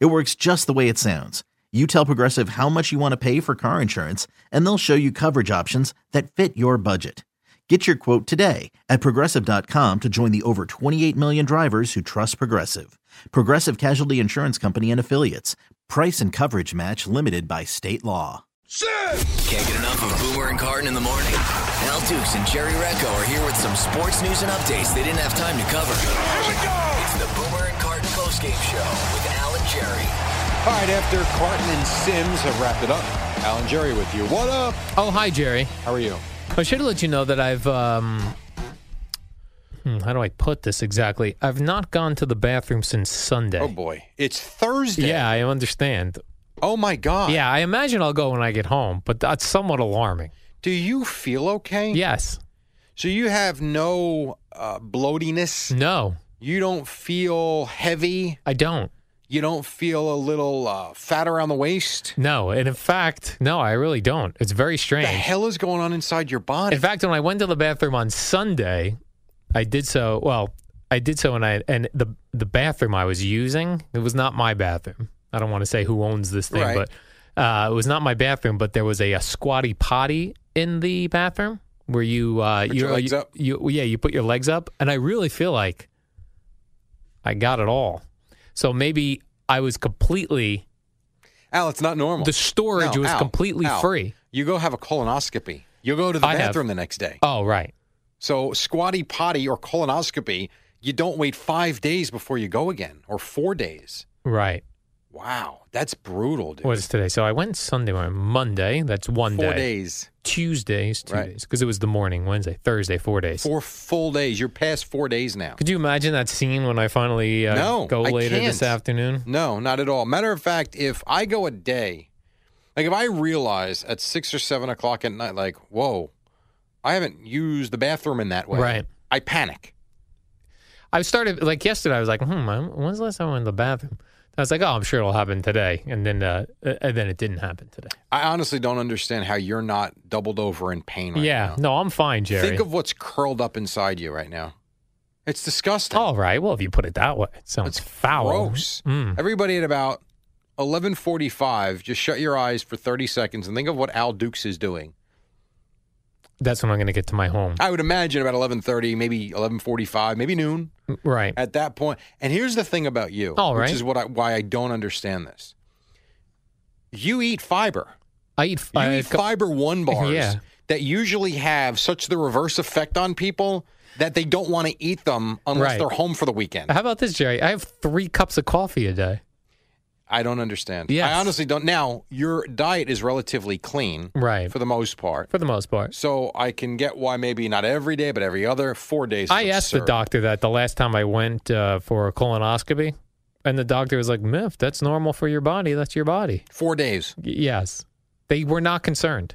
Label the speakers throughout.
Speaker 1: It works just the way it sounds. You tell Progressive how much you want to pay for car insurance, and they'll show you coverage options that fit your budget. Get your quote today at progressive.com to join the over 28 million drivers who trust Progressive. Progressive Casualty Insurance Company and Affiliates. Price and coverage match limited by state law.
Speaker 2: Can't get enough of Boomer and Carton in the morning. Al Dukes and Jerry Recco are here with some sports news and updates they didn't have time to cover. Here we go. It's the Boomer and Carton postgame show with Al and Jerry.
Speaker 3: All right, after Carton and Sims have wrapped it up, Alan Jerry with you. What up?
Speaker 4: Oh, hi, Jerry.
Speaker 3: How are you?
Speaker 4: I should let you know that I've. Um, hmm, how do I put this exactly? I've not gone to the bathroom since Sunday.
Speaker 3: Oh boy, it's Thursday.
Speaker 4: Yeah, I understand.
Speaker 3: Oh my God.
Speaker 4: Yeah, I imagine I'll go when I get home, but that's somewhat alarming.
Speaker 3: Do you feel okay?
Speaker 4: Yes.
Speaker 3: So you have no uh, bloatiness.
Speaker 4: No,
Speaker 3: You don't feel heavy.
Speaker 4: I don't.
Speaker 3: You don't feel a little uh, fat around the waist.
Speaker 4: No. And in fact, no, I really don't. It's very
Speaker 3: What
Speaker 4: strange.
Speaker 3: the hell is going on inside your body?
Speaker 4: In fact, when I went to the bathroom on Sunday, I did so. Well, I did so, and I and the the bathroom I was using it was not my bathroom. I don't want to say who owns this thing,
Speaker 3: Right.
Speaker 4: but uh, it was not my bathroom. But there was a, a squatty potty in the bathroom where you uh,
Speaker 3: Put
Speaker 4: you,
Speaker 3: your legs
Speaker 4: you,
Speaker 3: up.
Speaker 4: you- yeah you put your legs up, and I really feel like I got it all. So maybe I was completely
Speaker 3: Al, it's not normal.
Speaker 4: the storage
Speaker 3: No,
Speaker 4: was
Speaker 3: Al,
Speaker 4: completely
Speaker 3: Al,
Speaker 4: free.
Speaker 3: You go have a colonoscopy. You'll go to the
Speaker 4: I have.
Speaker 3: bathroom the next day.
Speaker 4: Oh right,
Speaker 3: So squatty potty or colonoscopy, you don't wait five days before you go again, or four days.
Speaker 4: right.
Speaker 3: Wow, that's brutal, dude.
Speaker 4: What is today? So I went Sunday, morning, Monday. That's one
Speaker 3: four
Speaker 4: day.
Speaker 3: days,
Speaker 4: Tuesdays, two
Speaker 3: Right.
Speaker 4: days, because it was the morning, Wednesday, Thursday, four days.
Speaker 3: four full days. You're past four days now.
Speaker 4: Could you imagine that scene when I finally uh,
Speaker 3: No,
Speaker 4: go
Speaker 3: I
Speaker 4: later this
Speaker 3: can't.
Speaker 4: afternoon?
Speaker 3: No, not at all. Matter of fact, if I go a day, like if I realize at six or seven o'clock at night, like, whoa, I haven't used the bathroom in that way.
Speaker 4: Right.
Speaker 3: I panic.
Speaker 4: I started like yesterday. I was like, hmm, I- when's the last time I went to the bathroom? I was like, oh, I'm sure it'll happen today, and then uh, uh, and then it didn't happen today.
Speaker 3: I honestly don't understand how you're not doubled over in pain right
Speaker 4: yeah,
Speaker 3: now.
Speaker 4: no, I'm fine, Jerry.
Speaker 3: Think of what's curled up inside you right now. It's disgusting.
Speaker 4: all right. Well, if you put it that way, it Oh, sounds
Speaker 3: That's
Speaker 4: foul.
Speaker 3: gross.
Speaker 4: Mm.
Speaker 3: Everybody at about 11:45, just shut your eyes for 30 seconds and think of what Al Dukes is doing.
Speaker 4: That's when I'm going to get to my home.
Speaker 3: I would imagine about 11:30, maybe 11:45, maybe noon
Speaker 4: right.
Speaker 3: at that point. And here's the thing about you,
Speaker 4: All
Speaker 3: which
Speaker 4: right.
Speaker 3: is what I, why I don't understand this. You eat fiber.
Speaker 4: I eat.
Speaker 3: You
Speaker 4: I
Speaker 3: eat fiber one bars
Speaker 4: Yeah.
Speaker 3: that usually have such the reverse effect on people that they don't want to eat them unless
Speaker 4: Right.
Speaker 3: they're home for the weekend.
Speaker 4: How about this, Jerry? I have three cups of coffee a day.
Speaker 3: I don't understand.
Speaker 4: Yes.
Speaker 3: I honestly don't. Now, your diet is relatively clean
Speaker 4: Right.
Speaker 3: for the most part.
Speaker 4: for the most part.
Speaker 3: So I can get why maybe not every day, but every other four days. is
Speaker 4: I asked the
Speaker 3: absurd.
Speaker 4: doctor that the last time I went uh, for a colonoscopy, and the doctor was like, "Miff, that's normal for your body. That's your body."
Speaker 3: Four days.
Speaker 4: Y- yes, they were not concerned.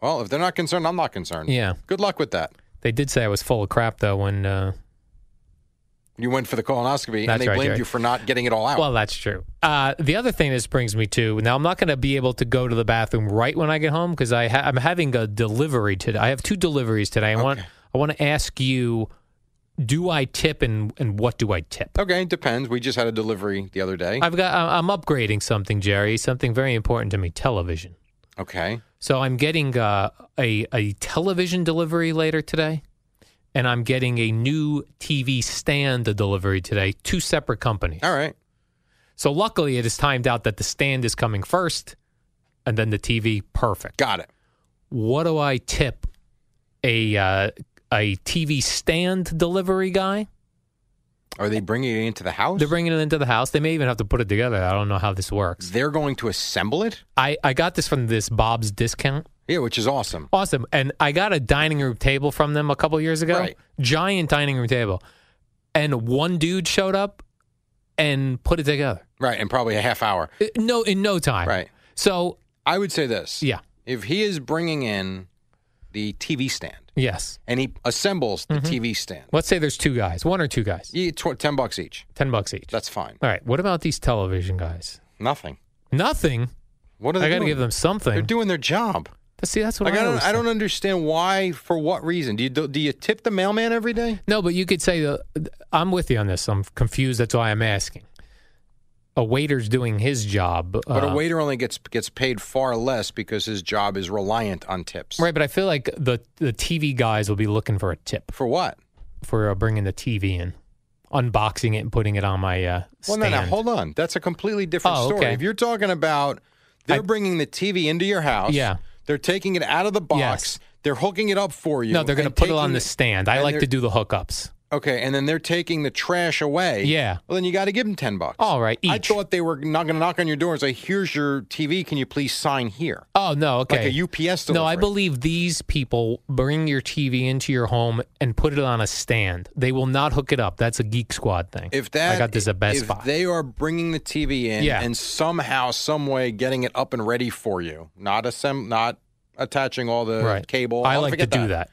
Speaker 3: Well, if they're not concerned, I'm not concerned.
Speaker 4: Yeah,
Speaker 3: Good luck with that.
Speaker 4: they did say I was full of crap though. When uh,
Speaker 3: You went for the colonoscopy,
Speaker 4: That's
Speaker 3: and they
Speaker 4: right,
Speaker 3: blamed
Speaker 4: Jerry.
Speaker 3: you for not getting it all out.
Speaker 4: well, that's true. Uh, the other thing this brings me to now, I'm not going to be able to go to the bathroom right when I get home because I ha- I'm having a delivery today. I have two deliveries today. I want
Speaker 3: Okay.
Speaker 4: I want to ask you, do I tip and and what do I tip?
Speaker 3: okay, depends. We just had a delivery the other day.
Speaker 4: I've got I- I'm upgrading something, Jerry. Something very important to me: television.
Speaker 3: okay,
Speaker 4: So I'm getting uh, a a television delivery later today, and I'm getting a new TV stand delivery today. Two separate companies.
Speaker 3: all right.
Speaker 4: So luckily, it is timed out that the stand is coming first, and then the TV. Perfect.
Speaker 3: Got it.
Speaker 4: What do I tip a uh, a TV stand delivery guy?
Speaker 3: Are they bringing it into the house?
Speaker 4: They're bringing it into the house. They may even have to put it together. I don't know how this works.
Speaker 3: They're going to assemble it.
Speaker 4: I, I got this from this Bob's discount.
Speaker 3: Yeah, which is awesome.
Speaker 4: Awesome. And I got a dining room table from them a couple years ago.
Speaker 3: Right.
Speaker 4: Giant dining room table. And one dude showed up and put it together.
Speaker 3: Right, and probably a half hour.
Speaker 4: Uh, No, in no time.
Speaker 3: Right.
Speaker 4: So
Speaker 3: I would say this.
Speaker 4: yeah,
Speaker 3: If he is bringing in the TV stand
Speaker 4: yes.
Speaker 3: and he assembles
Speaker 4: Mm-hmm.
Speaker 3: the TV stand,
Speaker 4: Let's say there's two guys, one or two guys,
Speaker 3: you tw- 10 bucks each.
Speaker 4: ten bucks each.
Speaker 3: That's fine.
Speaker 4: All right. What about these television guys?
Speaker 3: Nothing.
Speaker 4: Nothing.
Speaker 3: What are they
Speaker 4: I got to
Speaker 3: doing?
Speaker 4: give them something.
Speaker 3: They're doing their job.
Speaker 4: See, that's what
Speaker 3: Like, I,
Speaker 4: I,
Speaker 3: don't,
Speaker 4: always
Speaker 3: I don't
Speaker 4: think.
Speaker 3: understand why, for what reason. Do you, do, do you tip the mailman every day?
Speaker 4: No, but you could say the, I'm with you on this. I'm confused. That's why I'm asking. A waiter's doing his job,
Speaker 3: But
Speaker 4: uh,
Speaker 3: a waiter only gets gets paid far less because his job is reliant on tips.
Speaker 4: right? But I feel like the the TV guys will be looking for a tip
Speaker 3: For what?
Speaker 4: for uh, bringing the TV in, unboxing it and putting it on my uh,
Speaker 3: Well,
Speaker 4: stand.
Speaker 3: no, no, hold on. That's a completely different
Speaker 4: Oh,
Speaker 3: story.
Speaker 4: okay.
Speaker 3: If you're talking about they're
Speaker 4: I-
Speaker 3: bringing the TV into your house,
Speaker 4: Yeah.
Speaker 3: they're taking it out of the box,
Speaker 4: Yes.
Speaker 3: they're hooking it up for you.
Speaker 4: No, they're going to
Speaker 3: and
Speaker 4: put it on
Speaker 3: taking
Speaker 4: the stand. I
Speaker 3: and
Speaker 4: like
Speaker 3: they're-
Speaker 4: to do the hookups.
Speaker 3: Okay, and then they're taking the trash away.
Speaker 4: Yeah.
Speaker 3: Well, then you got to give them ten bucks.
Speaker 4: All right,
Speaker 3: I
Speaker 4: each.
Speaker 3: thought they were not going to knock on your door and say, "Here's your TV. Can you please sign here?"
Speaker 4: Oh no, okay.
Speaker 3: Like a UPS delivery.
Speaker 4: No, I believe these people bring your TV into your home and put it on a stand. They will not hook it up. That's a Geek Squad thing.
Speaker 3: If that
Speaker 4: I got this at Best
Speaker 3: if
Speaker 4: Buy.
Speaker 3: they are bringing the TV in
Speaker 4: Yeah.
Speaker 3: and somehow, some way, getting it up and ready for you, not assemb- not attaching all the
Speaker 4: right.
Speaker 3: uh, cable.
Speaker 4: I
Speaker 3: I'll
Speaker 4: like to
Speaker 3: forget
Speaker 4: do that.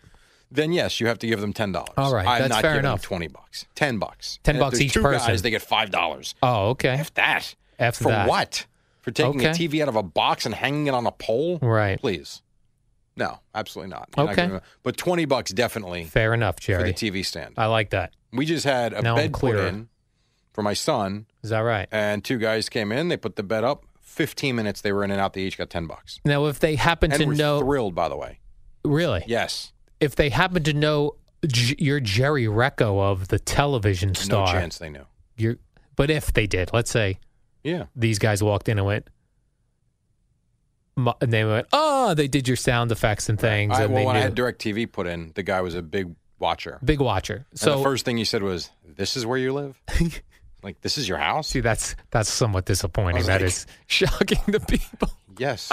Speaker 3: Then yes, you have to give them ten dollars.
Speaker 4: All right,
Speaker 3: I'm
Speaker 4: that's
Speaker 3: not
Speaker 4: fair
Speaker 3: giving
Speaker 4: enough.
Speaker 3: Them Twenty bucks, ten bucks,
Speaker 4: 10
Speaker 3: And if
Speaker 4: bucks
Speaker 3: there's
Speaker 4: each
Speaker 3: two
Speaker 4: person.
Speaker 3: Guys, they get five dollars.
Speaker 4: Oh, okay.
Speaker 3: F that.
Speaker 4: After
Speaker 3: For
Speaker 4: that.
Speaker 3: what? For taking
Speaker 4: Okay.
Speaker 3: a TV out of a box and hanging it on a pole?
Speaker 4: Right.
Speaker 3: Please. No, absolutely not. You're not
Speaker 4: Okay.
Speaker 3: gonna- but twenty bucks definitely
Speaker 4: Fair enough,
Speaker 3: for the
Speaker 4: Jerry.
Speaker 3: TV stand.
Speaker 4: I like that.
Speaker 3: we just had a
Speaker 4: Uh, Now I'm
Speaker 3: bed put
Speaker 4: clearer.
Speaker 3: in for my son,
Speaker 4: Is that right?
Speaker 3: and two guys came in. They put the bed up. Fifteen minutes they were in and out. They each got ten bucks.
Speaker 4: Now, if they happen
Speaker 3: And
Speaker 4: to
Speaker 3: we're
Speaker 4: know,
Speaker 3: thrilled, by the way.
Speaker 4: really,
Speaker 3: Yes,
Speaker 4: if they happen to know J- you're Jerry Recco of the television star,
Speaker 3: no chance they knew.
Speaker 4: You're, but if they did, let's say
Speaker 3: Yeah,
Speaker 4: these guys walked in and went, mu- and they went, oh, they did your sound effects and things,
Speaker 3: I,
Speaker 4: and
Speaker 3: well,
Speaker 4: they
Speaker 3: when
Speaker 4: knew.
Speaker 3: I had DirecTV put in, the guy was a big watcher.
Speaker 4: Big watcher.
Speaker 3: So
Speaker 4: So
Speaker 3: the first thing he said was, "This is where you live? like this is your house?
Speaker 4: see, that's that's somewhat
Speaker 3: I
Speaker 4: disappointing.
Speaker 3: was
Speaker 4: That
Speaker 3: like-
Speaker 4: is shocking to people.
Speaker 3: Yes."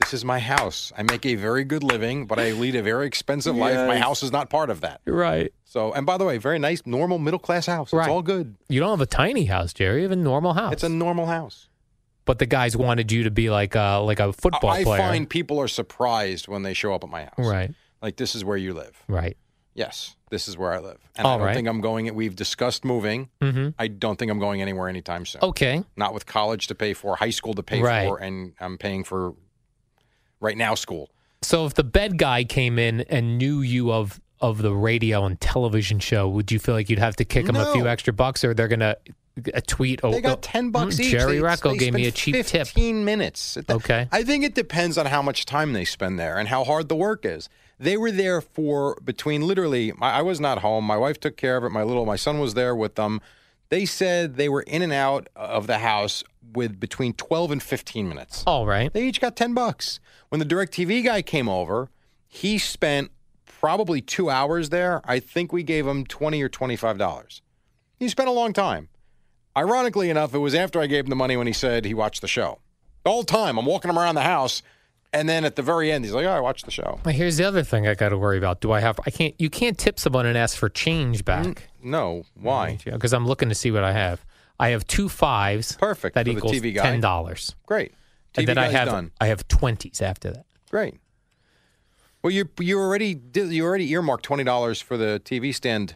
Speaker 3: This is my house. I make a very good living, but I lead a very expensive life. My house is not part of that.
Speaker 4: Right.
Speaker 3: So, and by the way, very nice, normal, middle class house.
Speaker 4: Right.
Speaker 3: It's all good.
Speaker 4: You don't have a tiny house, Jerry. You have a normal house.
Speaker 3: It's a normal house.
Speaker 4: but the guys wanted you to be like a like a football
Speaker 3: I, I
Speaker 4: player.
Speaker 3: find people are surprised when they show up at my house.
Speaker 4: right.
Speaker 3: Like, this is where you live.
Speaker 4: Right.
Speaker 3: Yes, this is where I live. And
Speaker 4: All
Speaker 3: I don't
Speaker 4: right.
Speaker 3: think I'm going. We've discussed moving.
Speaker 4: Mm-hmm.
Speaker 3: I don't think I'm going anywhere anytime soon.
Speaker 4: Okay.
Speaker 3: Not with college to pay for, high school to pay
Speaker 4: Right.
Speaker 3: for, and I'm paying for right now school.
Speaker 4: So if the bed guy came in and knew you of of the radio and television show, would you feel like you'd have to kick him a few
Speaker 3: No.
Speaker 4: extra bucks, or they're gonna a tweet? oh,
Speaker 3: They got ten bucks
Speaker 4: mm,
Speaker 3: each.
Speaker 4: Jerry
Speaker 3: They-
Speaker 4: Recco
Speaker 3: they
Speaker 4: gave me a
Speaker 3: spent
Speaker 4: cheap tip.
Speaker 3: Fifteen minutes. It-
Speaker 4: Okay.
Speaker 3: I think it depends on how much time they spend there and how hard the work is. They were there for between literally. I I was not home. My wife took care of it. My little my son was there with them. They said they were in and out of the house with between twelve and fifteen minutes.
Speaker 4: All right.
Speaker 3: They each got 10 bucks. When the DirecTV guy came over, he spent probably two hours there. I think we gave him 20 or $25. He spent a long time. Ironically enough, it was after I gave him the money when he said he watched the show. The whole time, I'm walking him around the house. And then at the very end, he's like, oh, I watched the show.
Speaker 4: Well, here's the other thing I got to worry about. Do I have? I can't. You can't tip someone and ask for change
Speaker 3: Mm.
Speaker 4: back Mm,
Speaker 3: No, why?
Speaker 4: because I'm looking to see what I have. I have two fives.
Speaker 3: Perfect,
Speaker 4: That
Speaker 3: for the
Speaker 4: equals
Speaker 3: TV guy.
Speaker 4: ten dollars.
Speaker 3: Great. TV
Speaker 4: And then I
Speaker 3: guy's
Speaker 4: have
Speaker 3: done.
Speaker 4: I have twenties after that.
Speaker 3: Great. Well, you you already did, you already earmarked twenty dollars for the TV stand.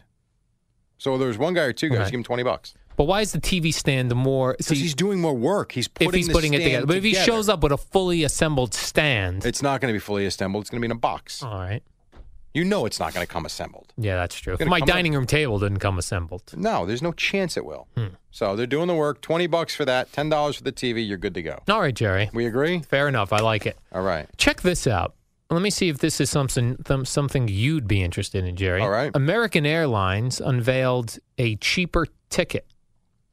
Speaker 3: So there's one guy or two guys.
Speaker 4: Right.
Speaker 3: Give him twenty bucks.
Speaker 4: But why is the TV stand more?
Speaker 3: Because he's doing more work. He's putting
Speaker 4: if he's
Speaker 3: the
Speaker 4: putting it
Speaker 3: stand
Speaker 4: together, but if he shows up with a fully assembled stand,
Speaker 3: it's not going to be fully assembled. It's going to be in a box.
Speaker 4: all right.
Speaker 3: You know, it's not going to come assembled.
Speaker 4: Yeah, that's true. If
Speaker 3: Gonna
Speaker 4: my
Speaker 3: come up-
Speaker 4: dining room table didn't come assembled.
Speaker 3: No, there's no chance it will.
Speaker 4: Hmm.
Speaker 3: So they're doing the work. Twenty bucks for that. Ten dollars for the TV. You're good to go.
Speaker 4: All right, Jerry.
Speaker 3: We agree.
Speaker 4: Fair enough. I like it.
Speaker 3: All right.
Speaker 4: Check this out. Let me see if this is something th- something you'd be interested in, Jerry.
Speaker 3: All right.
Speaker 4: American Airlines unveiled a cheaper ticket,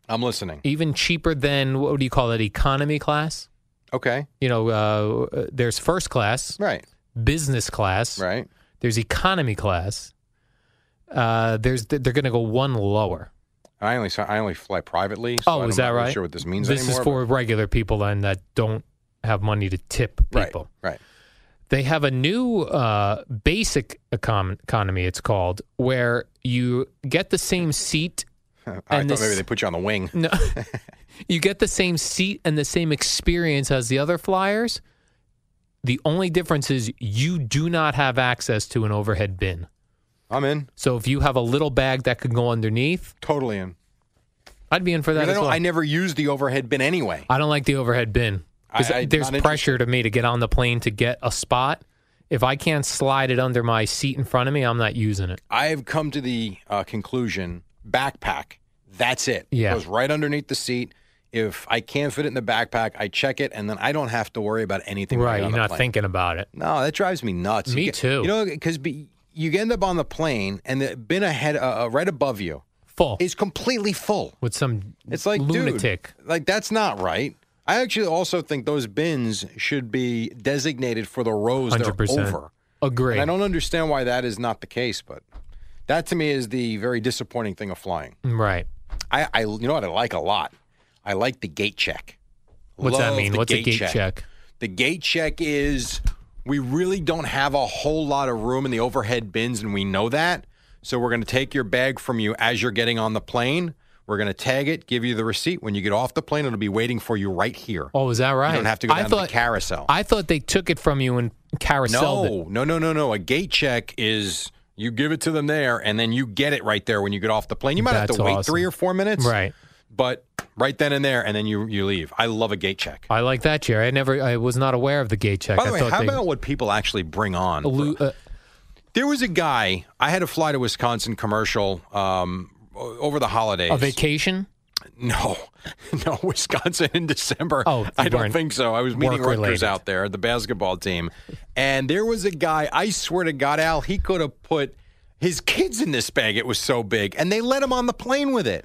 Speaker 3: I'm listening.
Speaker 4: even cheaper than what do you call it? Economy class.
Speaker 3: Okay.
Speaker 4: You know, uh, there's first class,
Speaker 3: Right.
Speaker 4: business class.
Speaker 3: Right.
Speaker 4: There's economy class. Uh, there's they're going to go one lower.
Speaker 3: I only saw, I only fly privately. so
Speaker 4: oh,
Speaker 3: I'm
Speaker 4: is that
Speaker 3: not really
Speaker 4: right?
Speaker 3: Sure, what this means
Speaker 4: This
Speaker 3: anymore,
Speaker 4: is for regular people then that don't have money to tip
Speaker 3: but-
Speaker 4: people.
Speaker 3: Right. Right.
Speaker 4: They have a new uh, basic econ- economy. It's called where you get the same seat
Speaker 3: I
Speaker 4: And
Speaker 3: thought
Speaker 4: this-
Speaker 3: maybe they put you on the wing.
Speaker 4: No, you get the same seat and the same experience as the other flyers. The only difference is you do not have access to an overhead bin.
Speaker 3: I'm in.
Speaker 4: So if you have a little bag that could go underneath,
Speaker 3: Totally in.
Speaker 4: I'd be in for that
Speaker 3: Because I,
Speaker 4: as
Speaker 3: don't,
Speaker 4: well.
Speaker 3: I never used the overhead bin anyway.
Speaker 4: I don't like the overhead bin. 'Cause
Speaker 3: I- I-
Speaker 4: there's
Speaker 3: not interested.
Speaker 4: pressure to me to get on the plane to get a spot. If I can't slide it under my seat in front of me, I'm not using it.
Speaker 3: I've come to the uh, conclusion backpack, that's it.
Speaker 4: Yeah.
Speaker 3: It goes right underneath the seat. If I can't fit it in the backpack, I check it and then I don't have to worry about anything. when I
Speaker 4: Right.
Speaker 3: get on
Speaker 4: You're
Speaker 3: the
Speaker 4: not
Speaker 3: plane.
Speaker 4: thinking about it.
Speaker 3: No, that drives me nuts.
Speaker 4: Me
Speaker 3: you get-
Speaker 4: too.
Speaker 3: You know, because you end up on the plane and the bin ahead, uh, uh, right above you,
Speaker 4: Full.
Speaker 3: is completely full.
Speaker 4: with some
Speaker 3: It's like dude,
Speaker 4: lunatic.
Speaker 3: like that's not right. I actually also think those bins should be designated for the rows that are
Speaker 4: 100%.
Speaker 3: over.
Speaker 4: Agree.
Speaker 3: And I don't understand why that is not the case, but that to me is the very disappointing thing of flying.
Speaker 4: Right.
Speaker 3: I, I you know what I like a lot. I like the gate check.
Speaker 4: What's that
Speaker 3: Love
Speaker 4: mean?
Speaker 3: the
Speaker 4: What's a gate check?
Speaker 3: The gate check is we really don't have a whole lot of room in the overhead bins, and we know that. So we're going to take your bag from you as you're getting on the plane. We're going to tag it, give you the receipt. When you get off the plane, it'll be waiting for you right here.
Speaker 4: Oh, is that right?
Speaker 3: You don't have to go
Speaker 4: I
Speaker 3: down to
Speaker 4: thought,
Speaker 3: the carousel.
Speaker 4: I thought they took it from you and carousel
Speaker 3: no, no, no, no, no. A gate check is you give it to them there, and then you get it right there when you get off the plane. You might have
Speaker 4: That's
Speaker 3: to wait
Speaker 4: awesome.
Speaker 3: three or four minutes,
Speaker 4: Right.
Speaker 3: But right then and there, and then you you leave. I love a gate check.
Speaker 4: I like that, Jerry. I never. I was not aware of the gate check.
Speaker 3: By the
Speaker 4: I
Speaker 3: way,
Speaker 4: thought
Speaker 3: how
Speaker 4: they,
Speaker 3: about what people actually bring on?
Speaker 4: allu- uh,
Speaker 3: There was a guy. I had to fly to Wisconsin commercial um, o- over the holidays.
Speaker 4: a vacation?
Speaker 3: no, no, Wisconsin in December.
Speaker 4: Oh, you
Speaker 3: I don't
Speaker 4: weren't
Speaker 3: think so. I was meeting Rutgers
Speaker 4: work-related.
Speaker 3: out there, the basketball team, and there was a guy. I swear to God, Al, he could have put his kids in this bag. It was so big, and they let him on the plane with it.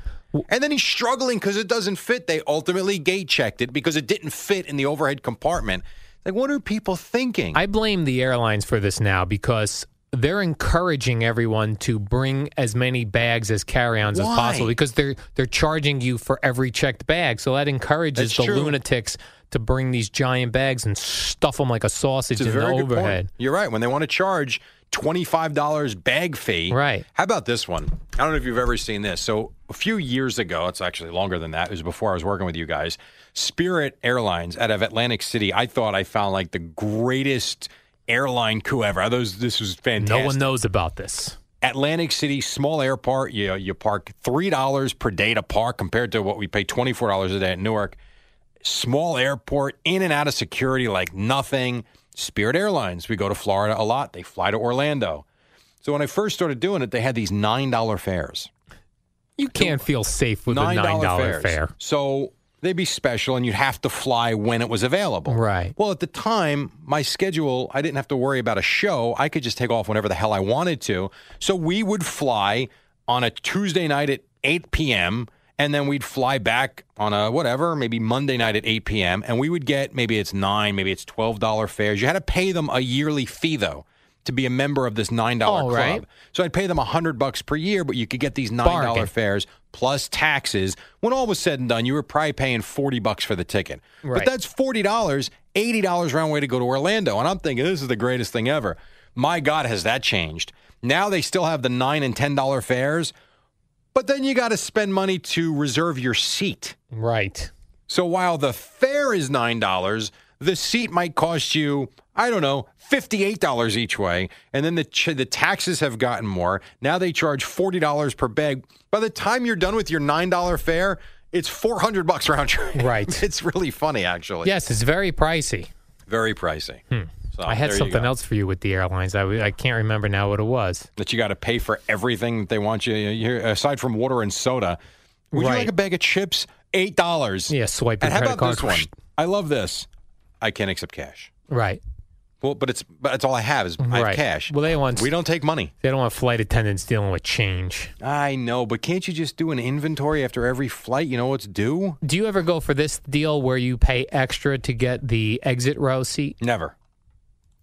Speaker 3: And then he's struggling because it doesn't fit. They ultimately gate checked it because it didn't fit in the overhead compartment. Like, what are people thinking?
Speaker 4: I blame the airlines for this now because they're encouraging everyone to bring as many bags as carry-ons as
Speaker 3: Why?
Speaker 4: possible because they're they're charging you for every checked bag. So that encourages
Speaker 3: That's
Speaker 4: the
Speaker 3: true.
Speaker 4: lunatics to bring these giant bags and stuff them like a sausage
Speaker 3: It's a
Speaker 4: in the
Speaker 3: very good
Speaker 4: overhead.
Speaker 3: point. You're right. When they want to charge $25 bag fee.
Speaker 4: Right.
Speaker 3: How about this one? I don't know if you've ever seen this. So, a few years ago, it's actually longer than that. It was before I was working with you guys. Spirit Airlines out of Atlantic City, I thought I found like the greatest airline coup ever. Those, this was fantastic.
Speaker 4: No one knows about this.
Speaker 3: Atlantic City, small airport. You you park three dollars per day to park compared to what we pay twenty four dollars a day at Newark. Small airport, in and out of security like nothing. Spirit Airlines. We go to Florida a lot. They fly to Orlando. So when I first started doing it, they had these nine dollar fares.
Speaker 4: You can't feel safe with a nine dollar fare.
Speaker 3: So they'd be special, and you'd have to fly when it was available.
Speaker 4: Right.
Speaker 3: Well, at the time, my schedule, I didn't have to worry about a show. I could just take off whenever the hell I wanted to. So we would fly on a Tuesday night at 8 p.m. And then we'd fly back on a whatever, maybe Monday night at 8 p.m. And we would get maybe it's nine, maybe it's $12 fares. You had to pay them a yearly fee, though, to be a member of this $9
Speaker 4: Oh,
Speaker 3: club.
Speaker 4: right.
Speaker 3: So I'd pay them 100 bucks per year, but you could get these $9
Speaker 4: Bargain.
Speaker 3: fares plus taxes. When all was said and done, you were probably paying 40 bucks for the ticket. But
Speaker 4: Right.
Speaker 3: that's $40, $80 round way to go to Orlando. And I'm thinking, this is the greatest thing ever. My God, has that changed? Now they still have the 9 and $10 fares, but then you got to spend money to reserve your seat.
Speaker 4: Right.
Speaker 3: So while the fare is $9, the seat might cost you, I don't know, $58 each way. And then the, ch- the taxes have gotten more. Now they charge $40 per bag. By the time you're done with your $9 fare, it's 400 bucks round trip.
Speaker 4: Right.
Speaker 3: It's really funny, actually.
Speaker 4: Yes, it's very pricey.
Speaker 3: Very pricey. So
Speaker 4: Hmm. I had
Speaker 3: there you
Speaker 4: something
Speaker 3: go.
Speaker 4: else for you with the airlines. I, w- I can't remember now what it was.
Speaker 3: That you got to pay for everything that they want you, you- aside from water and soda. Would you
Speaker 4: Right.
Speaker 3: like a bag of chips? $8.
Speaker 4: Yeah, swipe your
Speaker 3: And how
Speaker 4: credit
Speaker 3: about
Speaker 4: card.
Speaker 3: this one? I love this. I can't accept cash.
Speaker 4: Right.
Speaker 3: Well, but it's but it's all I have is I have
Speaker 4: Right.
Speaker 3: cash.
Speaker 4: Well, they want-
Speaker 3: we don't take money.
Speaker 4: They don't want flight attendants dealing with change.
Speaker 3: I know, but can't you just do an inventory after every flight? You know what's due?
Speaker 4: Do you ever go for this deal where you pay extra to get the exit row seat?
Speaker 3: Never.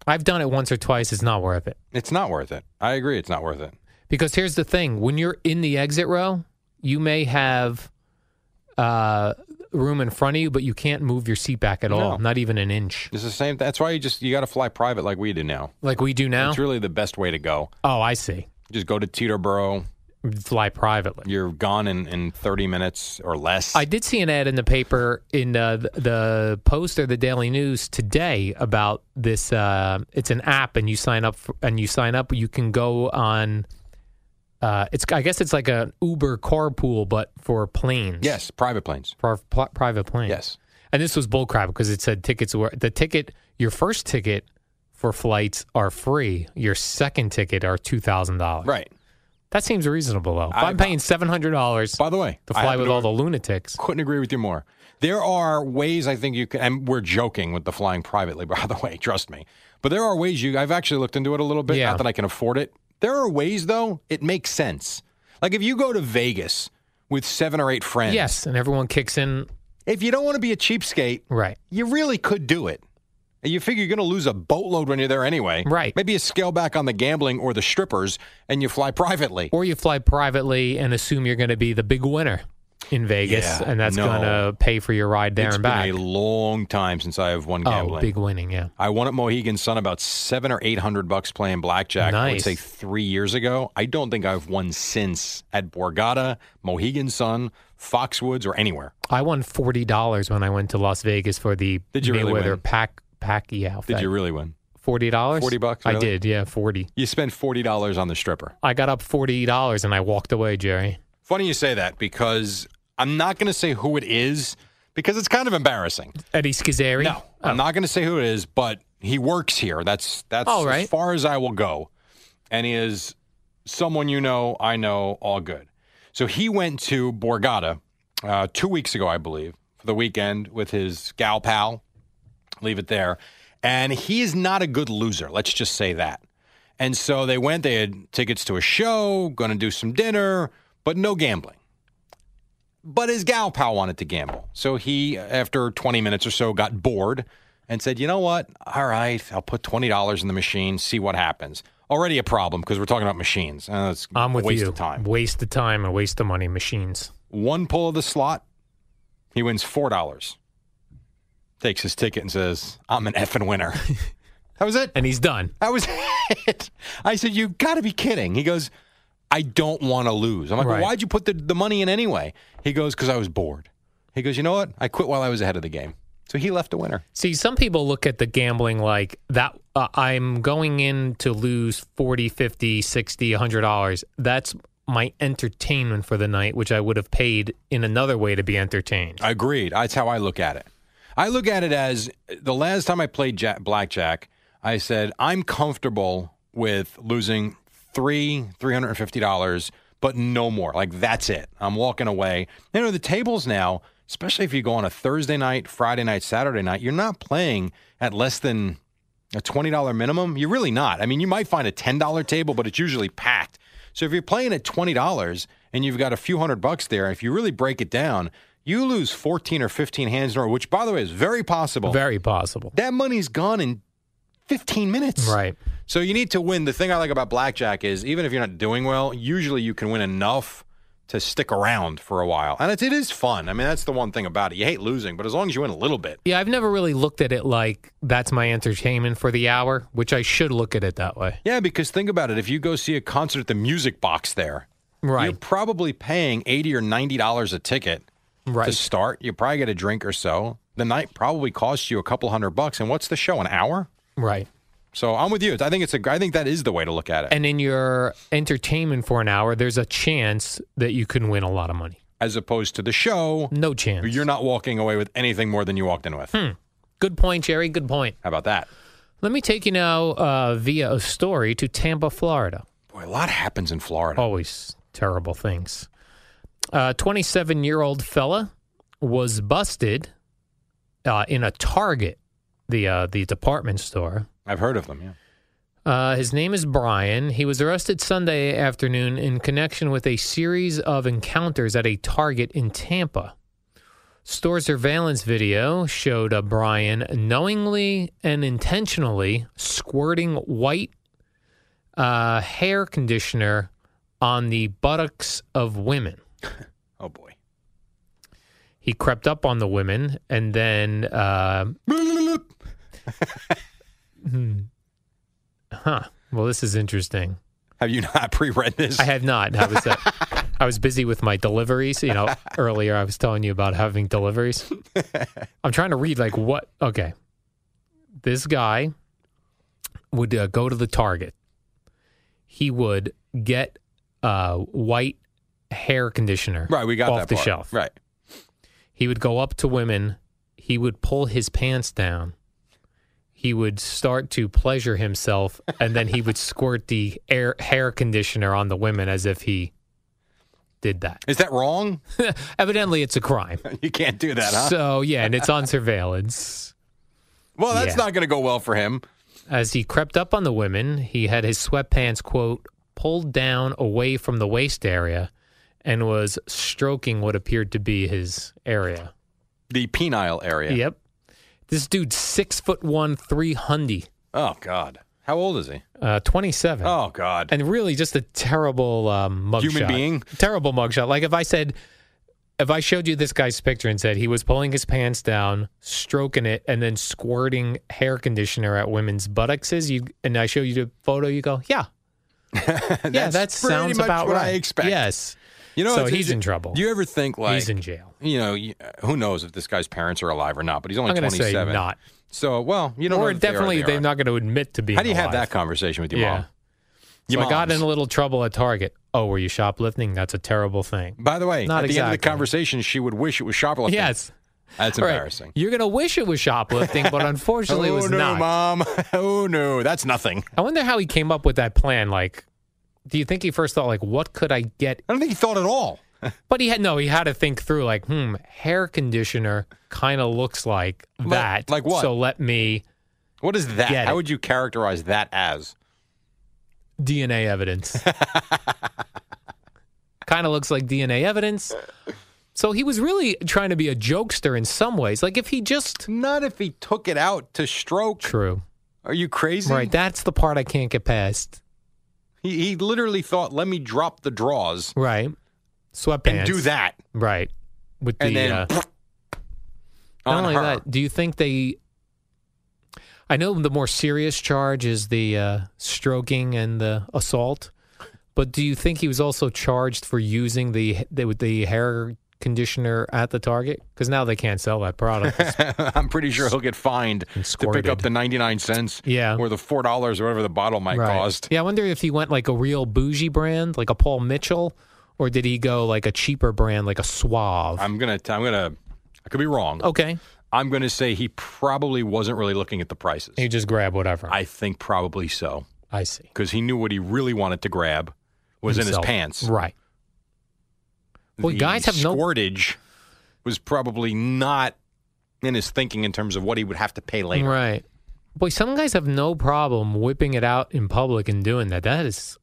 Speaker 4: I've done it once or twice. It's not worth it.
Speaker 3: It's not worth it. I agree. It's not worth it.
Speaker 4: Because here's the thing when you're in the exit row, you may have uh, room in front of you, but you can't move your seat back at
Speaker 3: No.
Speaker 4: all, not even an inch.
Speaker 3: It's the same. That's why you just you got to fly private like we do now.
Speaker 4: Like we do now?
Speaker 3: It's really the best way to go.
Speaker 4: oh, I see.
Speaker 3: Just go to Teterboro.
Speaker 4: fly privately.
Speaker 3: You're gone in, in 30 minutes or less.
Speaker 4: I did see an ad in the paper in uh, the, the Post or the Daily News today about this. Uh, it's an app, and you sign up for, and you sign up. You can go on. Uh, it's I guess it's like an Uber carpool, but for planes.
Speaker 3: yes, private planes.
Speaker 4: for pl- private planes.
Speaker 3: Yes.
Speaker 4: and this was bullcrap because it said tickets were the ticket. Your first ticket for flights are free. Your second ticket are two thousand dollars.
Speaker 3: Right.
Speaker 4: That seems reasonable though. If
Speaker 3: I-
Speaker 4: I'm paying seven hundred dollars
Speaker 3: By the way,
Speaker 4: to
Speaker 3: I
Speaker 4: fly
Speaker 3: happen
Speaker 4: with
Speaker 3: to-
Speaker 4: all the lunatics.
Speaker 3: Couldn't agree with you more. There are ways I think you can, and we're joking with the flying privately, by the way, trust me. But there are ways you, I've actually looked into it a little bit,
Speaker 4: Yeah.
Speaker 3: not that I can afford it. There are ways, though, it makes sense. Like if you go to Vegas with seven or eight friends,
Speaker 4: Yes, and everyone kicks in.
Speaker 3: if you don't want to be a cheapskate,
Speaker 4: Right.
Speaker 3: you really could do it. And You figure you're going to lose a boatload when you're there anyway.
Speaker 4: Right.
Speaker 3: Maybe you scale back on the gambling or the strippers and you fly privately.
Speaker 4: Or you fly privately and assume you're going to be the big winner in Vegas,
Speaker 3: Yeah,
Speaker 4: and that's
Speaker 3: no.
Speaker 4: going to pay for your ride there
Speaker 3: It's
Speaker 4: and
Speaker 3: been
Speaker 4: back.
Speaker 3: a long time since I have won
Speaker 4: oh,
Speaker 3: gambling.
Speaker 4: big winning, yeah.
Speaker 3: I won at Mohegan Sun about seven or eight hundred bucks playing blackjack. I would
Speaker 4: Nice.
Speaker 3: say three years ago. I don't think I've won since at Borgata, Mohegan Sun, Foxwoods, or anywhere.
Speaker 4: I won forty dollars when I went to Las Vegas for the
Speaker 3: Did you
Speaker 4: Mayweather
Speaker 3: really win?
Speaker 4: Pac Pacquiao.
Speaker 3: Did
Speaker 4: fight.
Speaker 3: you really win?
Speaker 4: forty dollars?
Speaker 3: 40 bucks,
Speaker 4: I
Speaker 3: really?
Speaker 4: did, yeah, forty.
Speaker 3: You spent forty dollars on the stripper.
Speaker 4: I got up forty dollars and I walked away, Jerry.
Speaker 3: Funny you say that because I'm not going to say who it is because it's kind of embarrassing.
Speaker 4: Eddie Schizzeri?
Speaker 3: No, I'm not going to say who it is, but he works here. That's that's
Speaker 4: Oh. All
Speaker 3: as
Speaker 4: right.
Speaker 3: far as I will go. And he is someone you know, I know, all good. So he went to Borgata uh, two weeks ago, I believe, for the weekend with his gal pal. Leave it there. And he is not a good loser. Let's just say that. And so they went. They had tickets to a show, going to do some dinner, but no gambling but his gal pal wanted to gamble. So he, after 20 minutes or so, got bored and said, You know what? All right, I'll put $20 in the machine, see what happens. Already a problem because we're talking about machines. Uh, it's
Speaker 4: I'm with
Speaker 3: a waste
Speaker 4: you.
Speaker 3: of time.
Speaker 4: Waste of time, a waste of money, machines.
Speaker 3: One pull of the slot, he wins $4. Takes his ticket and says, I'm an effing winner. that was it.
Speaker 4: And he's done.
Speaker 3: That was it. I said, You got to be kidding. He goes, I don't want to lose. I'm like,
Speaker 4: Right.
Speaker 3: Why'd you put the, the money in anyway? He goes, Because I was bored. He goes, You know what? I quit while I was ahead of the game. So he left a winner.
Speaker 4: See, some people look at the gambling like that uh, I'm going in to lose 40, 50, 60, 100 dollars. That's my entertainment for the night, which I would have paid in another way to be entertained.
Speaker 3: Agreed. That's how I look at it. I look at it as the last time I played jack, blackjack, I said, I'm comfortable with losing three, $350, but no more. Like, that's it. I'm walking away. You know, the tables now, especially if you go on a Thursday night, Friday night, Saturday night, you're not playing at less than a $20 minimum. You're really not. I mean, you might find a $10 table, but it's usually packed. So if you're playing at $20 and you've got a few hundred bucks there, if you really break it down, you lose 14 or 15 hands in a row, which, by the way, is very possible.
Speaker 4: Very possible.
Speaker 3: that money's gone in 15 minutes.
Speaker 4: Right.
Speaker 3: So you need to win. The thing I like about blackjack is even if you're not doing well, usually you can win enough to stick around for a while. And it's, it is fun. I mean, that's the one thing about it. You hate losing, but as long as you win a little bit,
Speaker 4: Yeah, I've never really looked at it like that's my entertainment for the hour, which I should look at it that way.
Speaker 3: Yeah, because think about it. If you go see a concert at the music box there, you're
Speaker 4: Right.
Speaker 3: probably paying eighty or ninety dollars a ticket to
Speaker 4: right.
Speaker 3: start. You probably get a drink or so. The night probably costs you a couple hundred bucks. And what's the show? An hour?
Speaker 4: Right.
Speaker 3: So I'm with you. I think it's a. I think that is the way to look at it.
Speaker 4: And in your entertainment for an hour, there's a chance that you can win a lot of money.
Speaker 3: As opposed to the show,
Speaker 4: No chance.
Speaker 3: you're not walking away with anything more than you walked in
Speaker 4: Hmm.
Speaker 3: with.
Speaker 4: Good point, Jerry. Good point.
Speaker 3: How about that?
Speaker 4: Let me take you now uh, via a story to Tampa, Florida.
Speaker 3: Boy, a lot happens in
Speaker 4: Oh.
Speaker 3: Florida.
Speaker 4: Always terrible things. A 27 year old fella was busted uh, in a Target, the uh, the department store.
Speaker 3: I've heard of them. Yeah.
Speaker 4: Uh, his name is Brian. He was arrested Sunday afternoon in connection with a series of encounters at a Target in Tampa. Store surveillance video showed a Brian knowingly and intentionally squirting white uh, hair conditioner on the buttocks of women.
Speaker 3: Oh boy.
Speaker 4: He crept up on the women and then, uh, hmm. huh? Well, this is interesting.
Speaker 3: Have you not pre-read this?
Speaker 4: I have not. I was uh, I was busy with my deliveries. You know, earlier I was telling you about having deliveries. I'm trying to read like what. Okay, this guy would uh, go to the Target. He would get uh, white hair conditioner.
Speaker 3: right, we got
Speaker 4: off
Speaker 3: that
Speaker 4: the
Speaker 3: part.
Speaker 4: shelf.
Speaker 3: Right.
Speaker 4: He would go up to women. He would pull his pants down. He would start to pleasure himself, and then he would squirt the air, hair conditioner on the women as if he did that.
Speaker 3: Is that wrong?
Speaker 4: Evidently, it's a crime.
Speaker 3: You can't do that, huh?
Speaker 4: So, yeah, and it's on surveillance.
Speaker 3: well, that's
Speaker 4: yeah.
Speaker 3: not going to go well for him.
Speaker 4: As he crept up on the women, he had his sweatpants, quote, pulled down away from the waist area and was stroking what appeared to be his area.
Speaker 3: The penile area.
Speaker 4: Yep. This dude's six foot one, three hundy,
Speaker 3: Oh God. How old is he?
Speaker 4: uh, twenty seven,
Speaker 3: Oh God.
Speaker 4: and really just a terrible um, mugshot.
Speaker 3: Human being?
Speaker 4: terrible mugshot. Like if I said, if I showed you this guy's picture and said he was pulling his pants down, stroking it, and then squirting hair conditioner at women's buttocks, you and I show you the photo, you go, yeah, yeah, that
Speaker 3: pretty
Speaker 4: sounds
Speaker 3: much
Speaker 4: about
Speaker 3: what
Speaker 4: right.
Speaker 3: I expect.
Speaker 4: Yes,
Speaker 3: You know,
Speaker 4: So
Speaker 3: it's-
Speaker 4: he's
Speaker 3: it's-
Speaker 4: in trouble.
Speaker 3: Do you ever think like
Speaker 4: he's in jail.
Speaker 3: you know, you- who knows if this guy's parents are alive or not, but he's only
Speaker 4: I'm going to say
Speaker 3: 27.
Speaker 4: not.
Speaker 3: So, well, you know,
Speaker 4: Or definitely,
Speaker 3: they
Speaker 4: they're
Speaker 3: are.
Speaker 4: not going to admit to being.
Speaker 3: How do you have
Speaker 4: alive.
Speaker 3: that conversation with your
Speaker 4: Yeah.
Speaker 3: mom?
Speaker 4: So
Speaker 3: Your
Speaker 4: I got
Speaker 3: moms.
Speaker 4: in a little trouble at Target. Oh, were you shoplifting? That's a terrible thing.
Speaker 3: By the way,
Speaker 4: Not
Speaker 3: at the end of the
Speaker 4: exactly.
Speaker 3: conversation, she would wish it was shoplifting.
Speaker 4: Yes.
Speaker 3: that's
Speaker 4: All right.
Speaker 3: embarrassing.
Speaker 4: You're going to wish it was shoplifting, but unfortunately it
Speaker 3: oh
Speaker 4: was
Speaker 3: no,
Speaker 4: not.
Speaker 3: mom! Oh no, that's nothing.
Speaker 4: I wonder how he came up with that plan. Like, do you think he first thought, like, what could I get?
Speaker 3: I don't think he thought at all.
Speaker 4: But he had, no, he had to think through, like, hmm, hair conditioner kind of looks like
Speaker 3: Like-
Speaker 4: that.
Speaker 3: like what?
Speaker 4: So let me,
Speaker 3: What is that?
Speaker 4: Get
Speaker 3: How
Speaker 4: it.
Speaker 3: would you characterize that as?
Speaker 4: DNA evidence. kind of looks like DNA evidence. So he was really trying to be a jokester in some ways. Like, if he just.
Speaker 3: Not if he took it out to stroke.
Speaker 4: True.
Speaker 3: Are you crazy?
Speaker 4: Right. That's the part I can't get past.
Speaker 3: He, he literally thought, "Let me drop the draws
Speaker 4: Right. Sweatpants.
Speaker 3: and do that,"
Speaker 4: Right. With the
Speaker 3: and then
Speaker 4: uh,
Speaker 3: on
Speaker 4: not only
Speaker 3: her.
Speaker 4: that, do you think they? I know the more serious charge is the uh, stroking and the assault, but do you think he was also charged for using the the, with the hair conditioner at the Target? Because now they can't sell that product. It's-
Speaker 3: I'm pretty sure he'll get fined
Speaker 4: And
Speaker 3: to pick
Speaker 4: squirted.
Speaker 3: up the 99 cents
Speaker 4: Yeah.
Speaker 3: or the $4 or whatever the bottle might
Speaker 4: right.
Speaker 3: cost.
Speaker 4: Yeah, I wonder if he went like a real bougie brand, like a Paul Mitchell, or did he go like a cheaper brand, like a Suave?
Speaker 3: I'm going to, I'm going to, I could be wrong.
Speaker 4: okay,
Speaker 3: I'm going to say he probably wasn't really looking at the prices.
Speaker 4: you just grab whatever.
Speaker 3: I think probably so
Speaker 4: I see.
Speaker 3: because he knew what he really wanted to grab was in
Speaker 4: Himself.
Speaker 3: his pants.
Speaker 4: Right. Well,
Speaker 3: the
Speaker 4: guys have no-
Speaker 3: squirtage was probably not in his thinking in terms of what he would have to pay later.
Speaker 4: Right. Boy, some guys have no problem whipping it out in public and doing that. That is,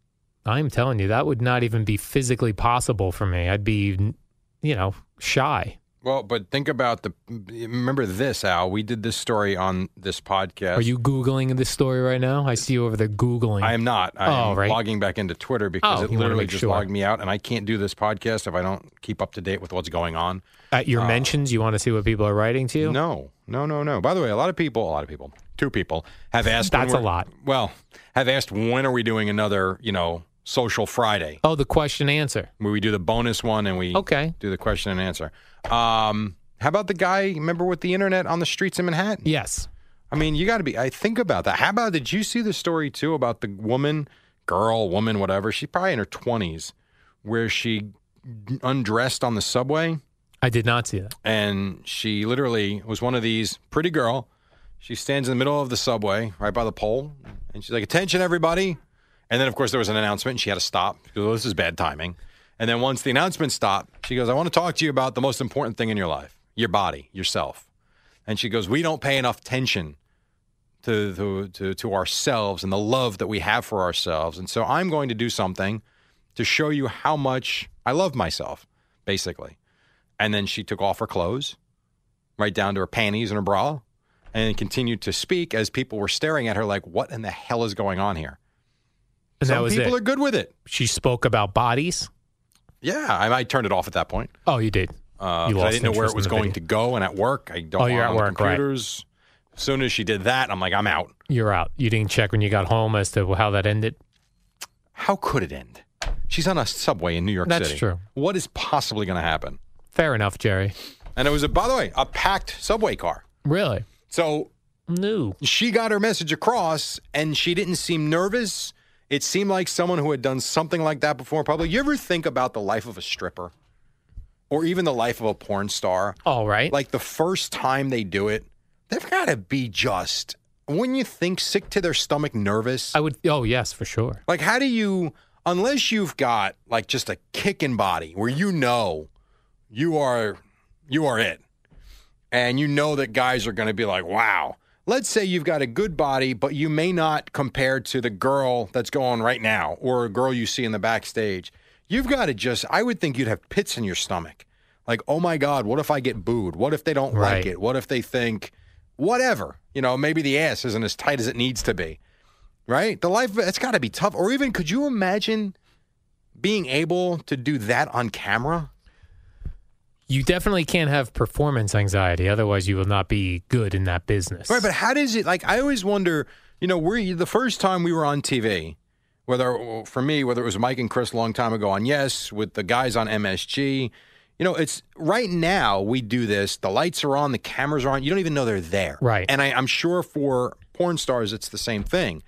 Speaker 4: I'm telling you, that would not even be physically possible for me. I'd be, you know, shy.
Speaker 3: Well, but think about the. Remember this, Al. We did this story on this podcast.
Speaker 4: Are you Googling this story right now? I see you over there Googling.
Speaker 3: I am not. I'm
Speaker 4: Oh, right.
Speaker 3: logging back into Twitter because
Speaker 4: Oh,
Speaker 3: it
Speaker 4: you wanna
Speaker 3: literally
Speaker 4: make
Speaker 3: just
Speaker 4: sure.
Speaker 3: logged me out, and I can't do this podcast if I don't keep up to date with what's going on.
Speaker 4: At your mentions, you want to see what people are writing to you?
Speaker 3: uh, No, no, no, no. By the way, a lot of people, a lot of people, two people have asked. when
Speaker 4: That's a
Speaker 3: we're-
Speaker 4: lot.
Speaker 3: Well, have asked when are we doing another, you know, social Friday
Speaker 4: Oh, the question answer.
Speaker 3: where we do the bonus one and we
Speaker 4: Okay.
Speaker 3: do the question and answer. Um, how about the guy? Remember with the internet on the streets in Manhattan?
Speaker 4: Yes.
Speaker 3: I mean, you got to be. I think about that. How about did you see the story too about the woman, girl, woman, whatever? She's probably in her twenties, where she undressed on the subway,
Speaker 4: I did not see that.
Speaker 3: and she literally was one of these pretty girl. She stands in the middle of the subway, right by the pole, and she's like, "Attention, everybody!" And then, of course, there was an announcement, and she had to stop because well, this is bad timing. And then once the announcement stopped, she goes, "I want to talk to you about the most important thing in your life: your body, yourself." And she goes, "We don't pay enough attention to to to, to ourselves and the love that we have for ourselves. And so I'm going to do something to show you how much I love myself, basically." And then she took off her clothes, right down to her panties and her bra, and continued to speak as people were staring at her like, "What in the hell is going on here?"
Speaker 4: And
Speaker 3: Some
Speaker 4: that was it.
Speaker 3: people are good with it.
Speaker 4: She spoke about bodies.
Speaker 3: Yeah, I, I turned it off at that point.
Speaker 4: Oh, you did.
Speaker 3: Uh, 'cause I
Speaker 4: You lost
Speaker 3: didn't know where
Speaker 4: interest
Speaker 3: it was
Speaker 4: in the
Speaker 3: going
Speaker 4: video.
Speaker 3: to go, and at work, I don't.
Speaker 4: Oh, you're
Speaker 3: log
Speaker 4: at
Speaker 3: on the
Speaker 4: work, right.
Speaker 3: computers. As soon as she did that, I'm like, I'm out.
Speaker 4: You're out. You didn't check when you got home as to how that ended.
Speaker 3: How could it end? She's on a subway in New York
Speaker 4: That's
Speaker 3: City.
Speaker 4: true.
Speaker 3: What is possibly going to happen?
Speaker 4: Fair enough, Jerry.
Speaker 3: And it was, a, by the way, a packed subway car.
Speaker 4: Really?
Speaker 3: So
Speaker 4: No.
Speaker 3: she got her message across and she didn't seem nervous. It seemed like someone who had done something like that before in public. You ever think about the life of a stripper or even the life of a porn star?
Speaker 4: All right.
Speaker 3: Like the first time they do it, they've got to be just, wouldn't you think, sick to their stomach, nervous?
Speaker 4: I would. Oh yes, for sure.
Speaker 3: Like, how do you, unless you've got like just a kicking body where you know you are, you are it, and you know that guys are going to be like, wow. Let's say you've got a good body, but you may not compare to the girl that's going right now or a girl you see in the backstage. You've got to just, I would think you'd have pits in your stomach. Like, oh my God, what if I get booed? What if they don't like
Speaker 4: Right.
Speaker 3: it? What if they think, whatever? You know, maybe the ass isn't as tight as it needs to be right? The life that's got to be tough. Or even could you imagine being able to do that on camera?
Speaker 4: You definitely can't have performance anxiety, otherwise you will not be good in that business.
Speaker 3: Right, but how does it? Like I always wonder. You know, we the first time we were on TV, whether for me, whether it was Mike and Chris a long time ago on Yes with the guys on MSG. You know, it's right now we do this. The lights are on, the cameras are on. You don't even know they're there.
Speaker 4: Right.
Speaker 3: And I, I'm sure for porn stars, it's the same thing.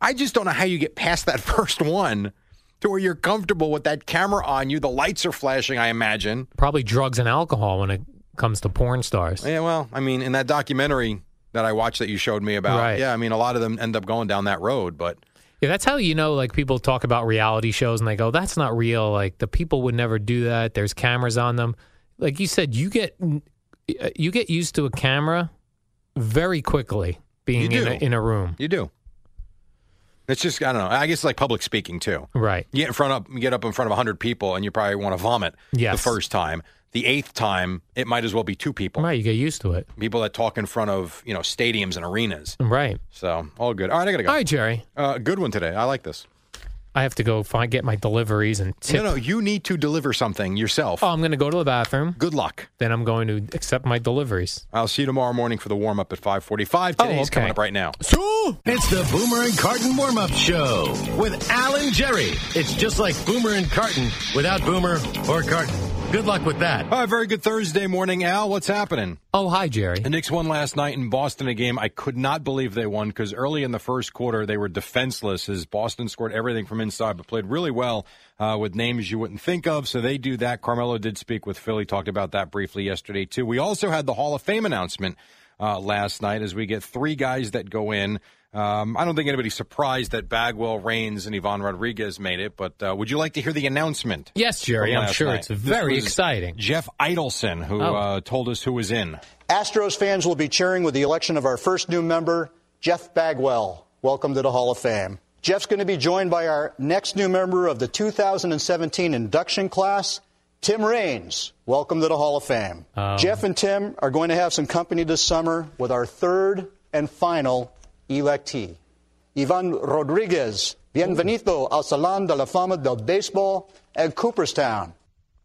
Speaker 3: I just don't know how you get past that first one to where you're comfortable with that camera on you. The lights are flashing, I imagine.
Speaker 4: probably drugs and alcohol when it comes to porn stars.
Speaker 3: Yeah, well, I mean, in that documentary that I watched that you showed me about,
Speaker 4: Right.
Speaker 3: yeah, I mean, a lot of them end up going down that road, but
Speaker 4: Yeah, that's how you know like people talk about reality shows and they go, "That's not real. Like the people would never do that. There's cameras on them." Like you said, you get uh, you get used to a camera very quickly being
Speaker 3: You
Speaker 4: in a,
Speaker 3: do.
Speaker 4: in a room.
Speaker 3: you do. It's just, I don't know. I guess like public speaking too.
Speaker 4: Right.
Speaker 3: You get in front of, you get up in front of hundred people, and you probably want to vomit.
Speaker 4: Yes.
Speaker 3: The first time, the eighth time, it might as well be two people.
Speaker 4: Right, you get used to it.
Speaker 3: People that talk in front of you know stadiums and arenas.
Speaker 4: Right.
Speaker 3: So all good. All right, I gotta go.
Speaker 4: All right, Jerry.
Speaker 3: Uh, good one today. I like this.
Speaker 4: I have to go find get my deliveries and tip.
Speaker 3: No, no, you need to deliver something yourself.
Speaker 4: Oh, I'm going to go to the bathroom.
Speaker 3: good luck.
Speaker 4: Then I'm going to accept my deliveries.
Speaker 3: I'll see you tomorrow morning for the warm up at five forty-five.
Speaker 4: Oh,
Speaker 3: Today's coming
Speaker 4: okay.
Speaker 3: up right now.
Speaker 5: It's the Boomer and Carton warm up show with Al and Jerry. It's just like Boomer and Carton without Boomer or Carton. Good luck with that.
Speaker 3: All right, very good Thursday morning, Al. What's happening?
Speaker 4: Oh, hi, Jerry.
Speaker 3: The Knicks won last night in Boston, a game I could not believe they won because early in the first quarter they were defenseless as Boston scored everything from inside, but played really well uh, with names you wouldn't think of. So they do that. Carmelo did speak with Philly, talked about that briefly yesterday too. We also had the Hall of Fame announcement uh, last night as we get three guys that go in. Um, I don't think anybody's surprised that Bagwell, Reigns, and Yvonne Rodriguez made it, but uh, would you like to hear the announcement?
Speaker 4: Yes, Jerry.
Speaker 3: from
Speaker 4: I'm
Speaker 3: last
Speaker 4: sure
Speaker 3: night.
Speaker 4: it's
Speaker 3: This
Speaker 4: very
Speaker 3: was
Speaker 4: exciting.
Speaker 3: Jeff Idelson, who
Speaker 4: Oh.
Speaker 3: uh, told us who was in.
Speaker 6: Astros fans will be cheering with the election of our first new member, Jeff Bagwell. Welcome to the Hall of Fame. Jeff's going to be joined by our next new member of the 2017 induction class, Tim Raines. Welcome to the Hall of Fame. Jeff and Tim are going to have some company this summer with our third and final electee. Ivan Rodriguez, bienvenido al Salón de la Fama del Baseball at Cooperstown.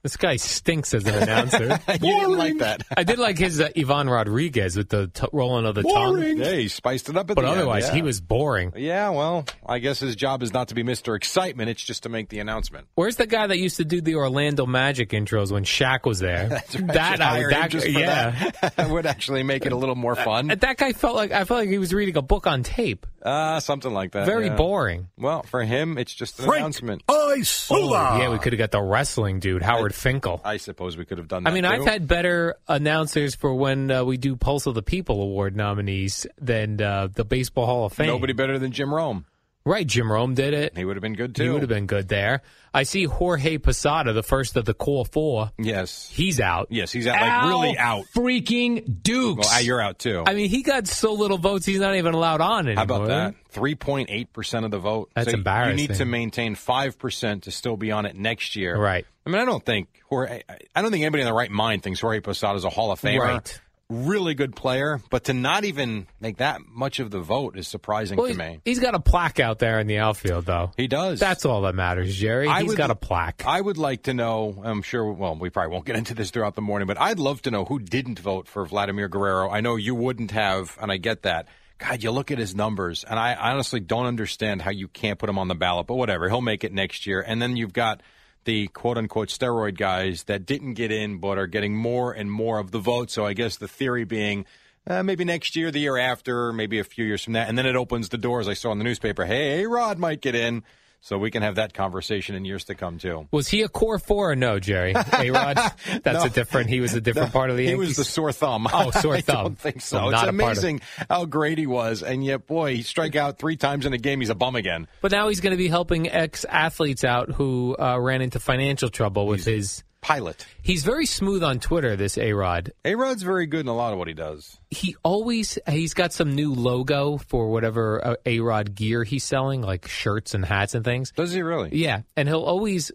Speaker 4: This guy stinks as an announcer.
Speaker 3: You didn't like that.
Speaker 4: I did like his uh, Ivan Rodriguez with the t- rolling of the tongue,
Speaker 3: Yeah, he spiced it up at
Speaker 4: but
Speaker 3: the end,
Speaker 4: otherwise
Speaker 3: yeah.
Speaker 4: he was boring.
Speaker 3: Yeah, well, I guess his job is not to be Mr. Excitement, it's just to make the announcement.
Speaker 4: Where's the guy that used to do the Orlando Magic intros when Shaq was there?
Speaker 3: Should
Speaker 4: That I
Speaker 3: hire him
Speaker 4: that
Speaker 3: just for
Speaker 4: yeah.
Speaker 3: that. That would actually make it a little more fun.
Speaker 4: That. guy felt like I felt like he was reading a book on tape.
Speaker 3: Uh, something like that.
Speaker 4: Very
Speaker 3: yeah.
Speaker 4: boring.
Speaker 3: Well, for him, it's just an announcement.
Speaker 5: I
Speaker 4: Oh, yeah, we could have got the wrestling dude, Howard Finkel.
Speaker 3: I suppose we could have done that.
Speaker 4: I mean,
Speaker 3: too.
Speaker 4: I've had better announcers for when uh, we do Pulse of the People Award nominees than uh, the Baseball Hall of Fame.
Speaker 3: nobody better than Jim Rome.
Speaker 4: right? Jim Rome did it.
Speaker 3: He would have been good
Speaker 4: He
Speaker 3: too.
Speaker 4: would have been good there. I see Jorge Posada, the first of the core four.
Speaker 3: Yes.
Speaker 4: He's out.
Speaker 3: Yes, he's out, like, really
Speaker 4: Al
Speaker 3: out.
Speaker 4: Freaking Dukes.
Speaker 3: Well, ah, you're out too.
Speaker 4: I mean, he got so little votes, he's not even allowed on anymore.
Speaker 3: How about that? 3.8% of the vote.
Speaker 4: That's
Speaker 3: so You
Speaker 4: embarrassing.
Speaker 3: need to maintain 5% to still be on it next year.
Speaker 4: Right.
Speaker 3: I mean, I don't think Jorge, I don't think anybody in the right mind thinks Jorge Posada is a Hall of Famer.
Speaker 4: Right.
Speaker 3: Really good player, but to not even make that much of the vote is surprising
Speaker 4: Well,
Speaker 3: to
Speaker 4: he's,
Speaker 3: me.
Speaker 4: he's got a plaque out there in the outfield, though.
Speaker 3: He does.
Speaker 4: That's all that matters, Jerry.
Speaker 3: I
Speaker 4: He's
Speaker 3: would-
Speaker 4: got a plaque.
Speaker 3: I would like to know. I'm sure. Well, we probably won't get into this throughout the morning, but I'd love to know who didn't vote for Vladimir Guerrero. I know you wouldn't have, and I get that God, you look at his numbers, and I honestly don't understand how you can't put him on the ballot, but whatever. He'll make it next year. And then you've got the quote unquote steroid guys that didn't get in but are getting more and more of the vote. So I guess the theory being uh, maybe next year, the year after, maybe a few years from that. And then it opens the doors. I saw in the newspaper, hey, Rod might get in. So we can have that conversation in years to come, too.
Speaker 4: Was he a core four or no, Jerry? A Rod? That's a different, he was a different part of the
Speaker 3: He was
Speaker 4: Yankees.
Speaker 3: the sore thumb.
Speaker 4: Oh, sore
Speaker 3: I
Speaker 4: thumb.
Speaker 3: don't think so.
Speaker 4: So
Speaker 3: it's
Speaker 4: not a part of-
Speaker 3: amazing how great he was, and yet, boy, he strike out three times in a game. He's a bum again.
Speaker 4: but now he's going to be helping ex athletes out who uh, ran into financial trouble with his.
Speaker 3: Pilot.
Speaker 4: He's very smooth on Twitter, this A Rod.
Speaker 3: A Rod's very good in a lot of what he does.
Speaker 4: He always, he's got some new logo for whatever A Rod gear he's selling, like shirts and hats and things.
Speaker 3: Does he really?
Speaker 4: Yeah, and he'll always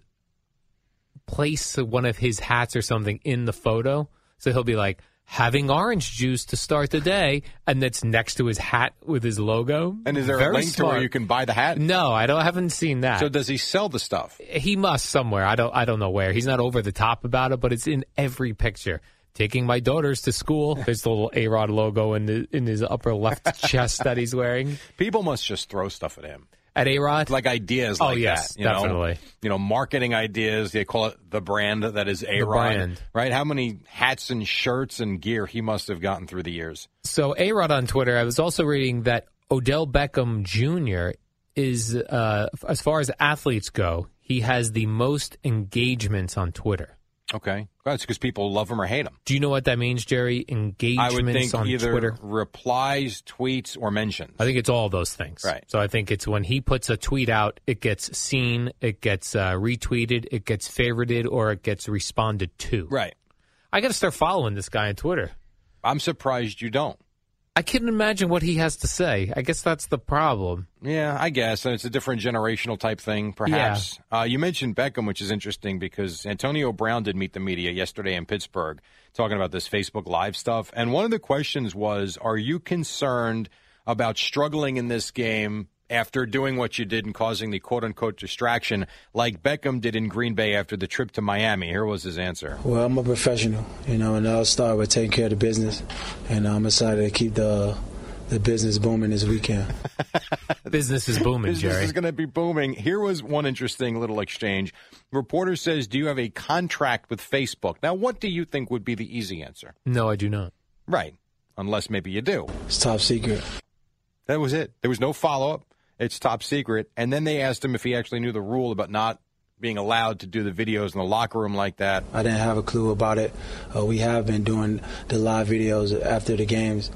Speaker 4: place one of his hats or something in the photo. So he'll be like having orange juice to start the day, and that's next to his hat with his logo.
Speaker 3: And is there
Speaker 4: Very
Speaker 3: a link to where
Speaker 4: smart.
Speaker 3: you can buy the hat?
Speaker 4: No, I don't. I haven't seen that.
Speaker 3: So does he sell the stuff?
Speaker 4: he must somewhere. I don't. I don't know where. He's not over the top about it, but it's in every picture. Taking my daughters to school. There's the little A Rod logo in the in his upper left chest that he's wearing
Speaker 3: People must just throw stuff at him,
Speaker 4: at A Rod.
Speaker 3: like ideas.
Speaker 4: Oh,
Speaker 3: like
Speaker 4: yes,
Speaker 3: that, you know?
Speaker 4: definitely.
Speaker 3: You know, marketing ideas. They call it the brand that is a
Speaker 4: brand.
Speaker 3: right? How many hats and shirts and gear he must have gotten through the years?
Speaker 4: So, A Rod on Twitter, I was also reading that Odell Beckham Jr. is, uh, as far as athletes go, he has the most engagements on Twitter.
Speaker 3: Okay, that's because people love him or hate him.
Speaker 4: Do you know what that means, Jerry? Engagements
Speaker 3: I would think
Speaker 4: on
Speaker 3: either
Speaker 4: Twitter?
Speaker 3: replies, tweets, or mentions.
Speaker 4: I think it's all those things.
Speaker 3: Right.
Speaker 4: So I think it's when he puts a tweet out, it gets seen, it gets uh, retweeted, it gets favorited, or it gets responded to.
Speaker 3: right.
Speaker 4: I got to start following this guy on Twitter.
Speaker 3: I'm surprised you don't.
Speaker 4: I couldn't imagine what he has to say. I guess that's the problem.
Speaker 3: Yeah, I guess. And it's a different generational type thing, perhaps. Uh, you mentioned Beckham, which is interesting because Antonio Brown did meet the media yesterday in Pittsburgh talking about this Facebook Live stuff. And one of the questions was Are you concerned about struggling in this game after doing what you did and causing the quote unquote distraction like Beckham did in Green Bay after the trip to Miami? Here was his answer.
Speaker 7: Well, I'm a professional, you know, and I'll start with taking care of the business, and I'm excited to keep the the business booming this weekend.
Speaker 4: Business is booming,
Speaker 3: business
Speaker 4: Jerry.
Speaker 3: is going to be booming. Here was one interesting little exchange. Reporter says, "Do you have a contract with Facebook?" Now, what do you think would be the easy answer?
Speaker 4: No, I do not.
Speaker 3: Right, unless maybe you do.
Speaker 7: It's top secret.
Speaker 3: That was it. There was no follow up. It's top secret. And then they asked him if he actually knew the rule about not being allowed to do the videos in the locker room like that.
Speaker 7: I didn't have a clue about it. Uh, we have been doing the live videos after the games.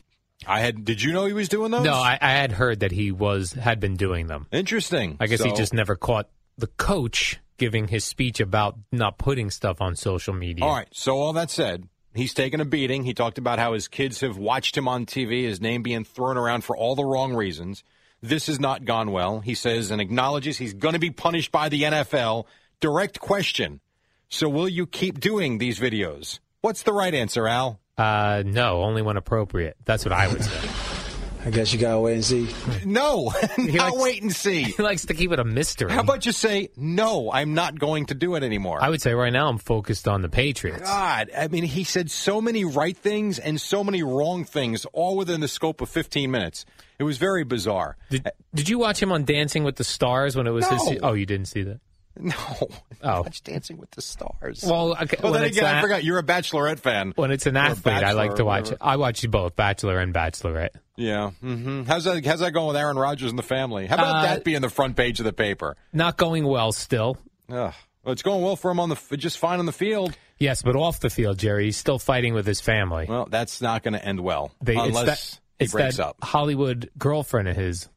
Speaker 3: I had. Did you know he was doing those?
Speaker 4: No, I, I had heard that he was had been doing them.
Speaker 3: Interesting.
Speaker 4: I guess he
Speaker 3: So-
Speaker 4: just never caught the coach giving his speech about not putting stuff on social media.
Speaker 3: All right. So all that said, he's taken a beating. He talked about how his kids have watched him on TV, his name being thrown around for all the wrong reasons. This has not gone well, he says, and acknowledges he's going to be punished by the NFL. Direct question. So will you keep doing these videos? What's the right answer, Al?
Speaker 4: Uh, no, only when appropriate. That's what I would say.
Speaker 7: I guess you gotta wait and see.
Speaker 3: No. now
Speaker 4: likes-
Speaker 3: wait and see.
Speaker 4: he likes to keep it a mystery.
Speaker 3: How about just say, no, I'm not going to do it anymore?
Speaker 4: I would say right now I'm focused on the Patriots.
Speaker 3: God, I mean, he said so many right things and so many wrong things, all within the scope of 15 minutes. It was very bizarre.
Speaker 4: Did, did you watch him on Dancing with the Stars when it was his?
Speaker 3: No.
Speaker 4: Oh, you didn't see that.
Speaker 3: No,
Speaker 4: Oh.
Speaker 3: watch Dancing with the Stars.
Speaker 4: Well, okay,
Speaker 3: Well,
Speaker 4: when
Speaker 3: then
Speaker 4: it's
Speaker 3: again, I
Speaker 4: a-
Speaker 3: forgot you're a Bachelorette fan.
Speaker 4: When it's an
Speaker 3: Or a
Speaker 4: athlete, I like
Speaker 3: bachelor
Speaker 4: to
Speaker 3: or
Speaker 4: watch.
Speaker 3: whatever.
Speaker 4: I watch both Bachelor and Bachelorette.
Speaker 3: Yeah. hmm How's that? How's that going with Aaron Rodgers and the family? How about
Speaker 4: Uh,
Speaker 3: that being the front page of the paper?
Speaker 4: Not going well still.
Speaker 3: Ugh. Well, it's going well for him on the f- just fine on the field.
Speaker 4: Yes, but off the field, Jerry, he's still fighting with his family.
Speaker 3: Well, that's not going to end well
Speaker 4: They,
Speaker 3: unless
Speaker 4: it's that, it's
Speaker 3: he breaks
Speaker 4: that
Speaker 3: up.
Speaker 4: Hollywood girlfriend of his.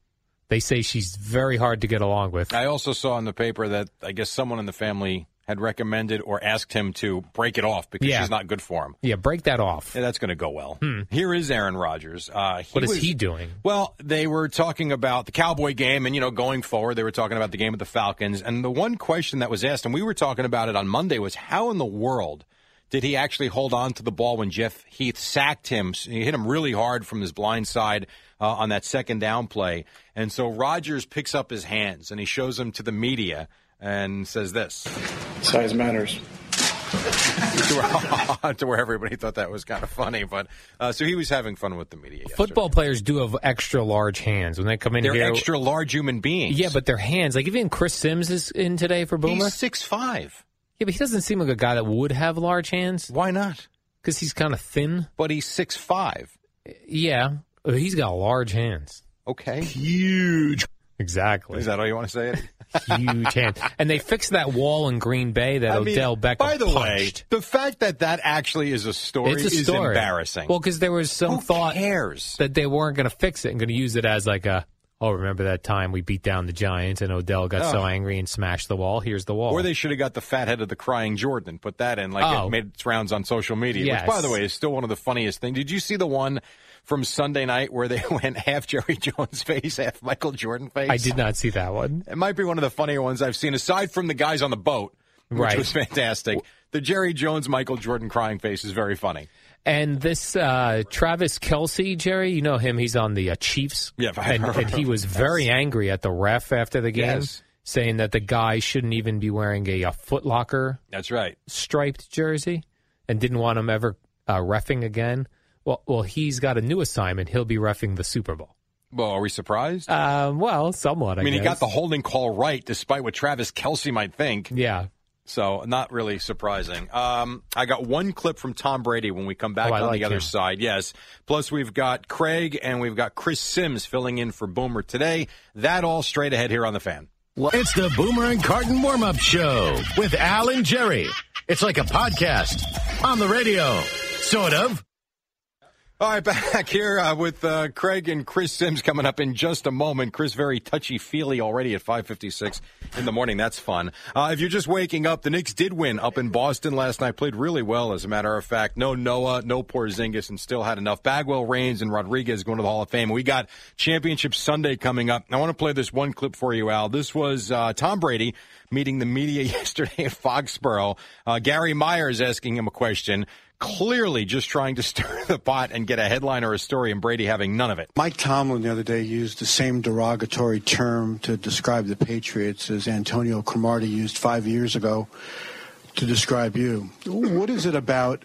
Speaker 4: They say she's very hard to get along with.
Speaker 3: I also saw in the paper that I guess someone in the family had recommended or asked him to break it off because
Speaker 4: Yeah.
Speaker 3: she's not good for him.
Speaker 4: yeah, break that off.
Speaker 3: Yeah, that's going to go well. Here is Aaron Rodgers. Uh, he
Speaker 4: Hmm. what is
Speaker 3: was-
Speaker 4: he doing?
Speaker 3: Well, they were talking about the Cowboy game, and you know, going forward, they were talking about the game with the Falcons. And the one question that was asked, and we were talking about it on Monday, was how in the world did he actually hold on to the ball when Jeff Heath sacked him? He hit him really hard from his blind side uh, on that second down play, and so Rodgers picks up his hands and he shows them to the media and says this.
Speaker 8: Size matters.
Speaker 3: to, where, to where everybody thought that was kind of funny. But uh, so he was having fun with the media. yesterday.
Speaker 4: Football players do have extra large hands when they come in
Speaker 3: They're
Speaker 4: here.
Speaker 3: extra large human beings.
Speaker 4: Yeah, but their hands. Like even Chris Sims is in today for Boomer.
Speaker 3: he's six five.
Speaker 4: yeah, but he doesn't seem like a guy that would have large hands
Speaker 3: Why not?
Speaker 4: because he's kind of thin.
Speaker 3: But he's six five.
Speaker 4: Yeah, but he's got large hands.
Speaker 3: Okay,
Speaker 4: Exactly,
Speaker 3: is that all you want to say? Eddie?
Speaker 4: huge hands. And they fixed that wall in Green Bay that
Speaker 3: I mean,
Speaker 4: Odell Beckham
Speaker 3: By the
Speaker 4: punched.
Speaker 3: way, the fact that that actually is a story
Speaker 4: it's a
Speaker 3: is
Speaker 4: story.
Speaker 3: embarrassing.
Speaker 4: Well, because there was some
Speaker 3: who
Speaker 4: thought
Speaker 3: cares?
Speaker 4: that they weren't going to fix it and going to use it as like a. Oh, remember that time we beat down the Giants and Odell got so
Speaker 3: Oh.
Speaker 4: angry and smashed the wall? Here's the wall.
Speaker 3: Or they should have got the fat head of the crying Jordan and put that in, like
Speaker 4: Oh.
Speaker 3: it made its rounds on social media,
Speaker 4: Yes.
Speaker 3: which, by the way, is still one of the funniest things. Did you see the one from Sunday night where they went half Jerry Jones face, half Michael Jordan face?
Speaker 4: I did not see that one.
Speaker 3: It might be one of the funnier ones I've seen, aside from the guys on the boat, which
Speaker 4: Right.
Speaker 3: was fantastic. The Jerry Jones, Michael Jordan crying face is very funny.
Speaker 4: And this uh, Travis Kelsey, Jerry, you know him. He's on the uh, Chiefs.
Speaker 3: Yeah, I
Speaker 4: and,
Speaker 3: remember.
Speaker 4: and he was very angry at the ref after the game,
Speaker 3: Yes.
Speaker 4: saying that the guy shouldn't even be wearing a, uh Footlocker
Speaker 3: That's right.
Speaker 4: striped jersey, and didn't want him ever uh, refing again. Well, well, he's got a new assignment. He'll be refing the Super Bowl.
Speaker 3: Well, are we surprised?
Speaker 4: Um, well, somewhat. I,
Speaker 3: I mean, he got
Speaker 4: guess.
Speaker 3: the holding call right, despite what Travis Kelsey might think.
Speaker 4: yeah.
Speaker 3: So, not really surprising. Um, I got one clip from Tom Brady when we come back
Speaker 4: Oh, I
Speaker 3: on
Speaker 4: like
Speaker 3: the other
Speaker 4: him.
Speaker 3: side. Yes. Plus, we've got Craig and we've got Chris Sims filling in for Boomer today. That all straight ahead here on the fan.
Speaker 5: It's the Boomer and Carton warm up show with Al and Jerry. It's like a podcast on the radio, sort of.
Speaker 3: All right, back here uh, with uh, Craig and Chris Sims coming up in just a moment. Chris, very touchy feely already at five fifty six in the morning. That's fun. Uh, if you're just waking up, the Knicks did win up in Boston last night. Played really well, as a matter of fact. No Noah, no Porzingis, and still had enough. Bagwell, Reigns, and Rodriguez going to the Hall of Fame. We got Championship Sunday coming up. I want to play this one clip for you, Al. This was uh, Tom Brady meeting the media yesterday at Foxborough. Uh, Gary Myers asking him a question clearly just trying to stir the pot and get a headline or a story, and Brady having none of it.
Speaker 8: Mike Tomlin the other day used the same derogatory term to describe the Patriots as Antonio Cromartie used five years ago to describe you. What is it about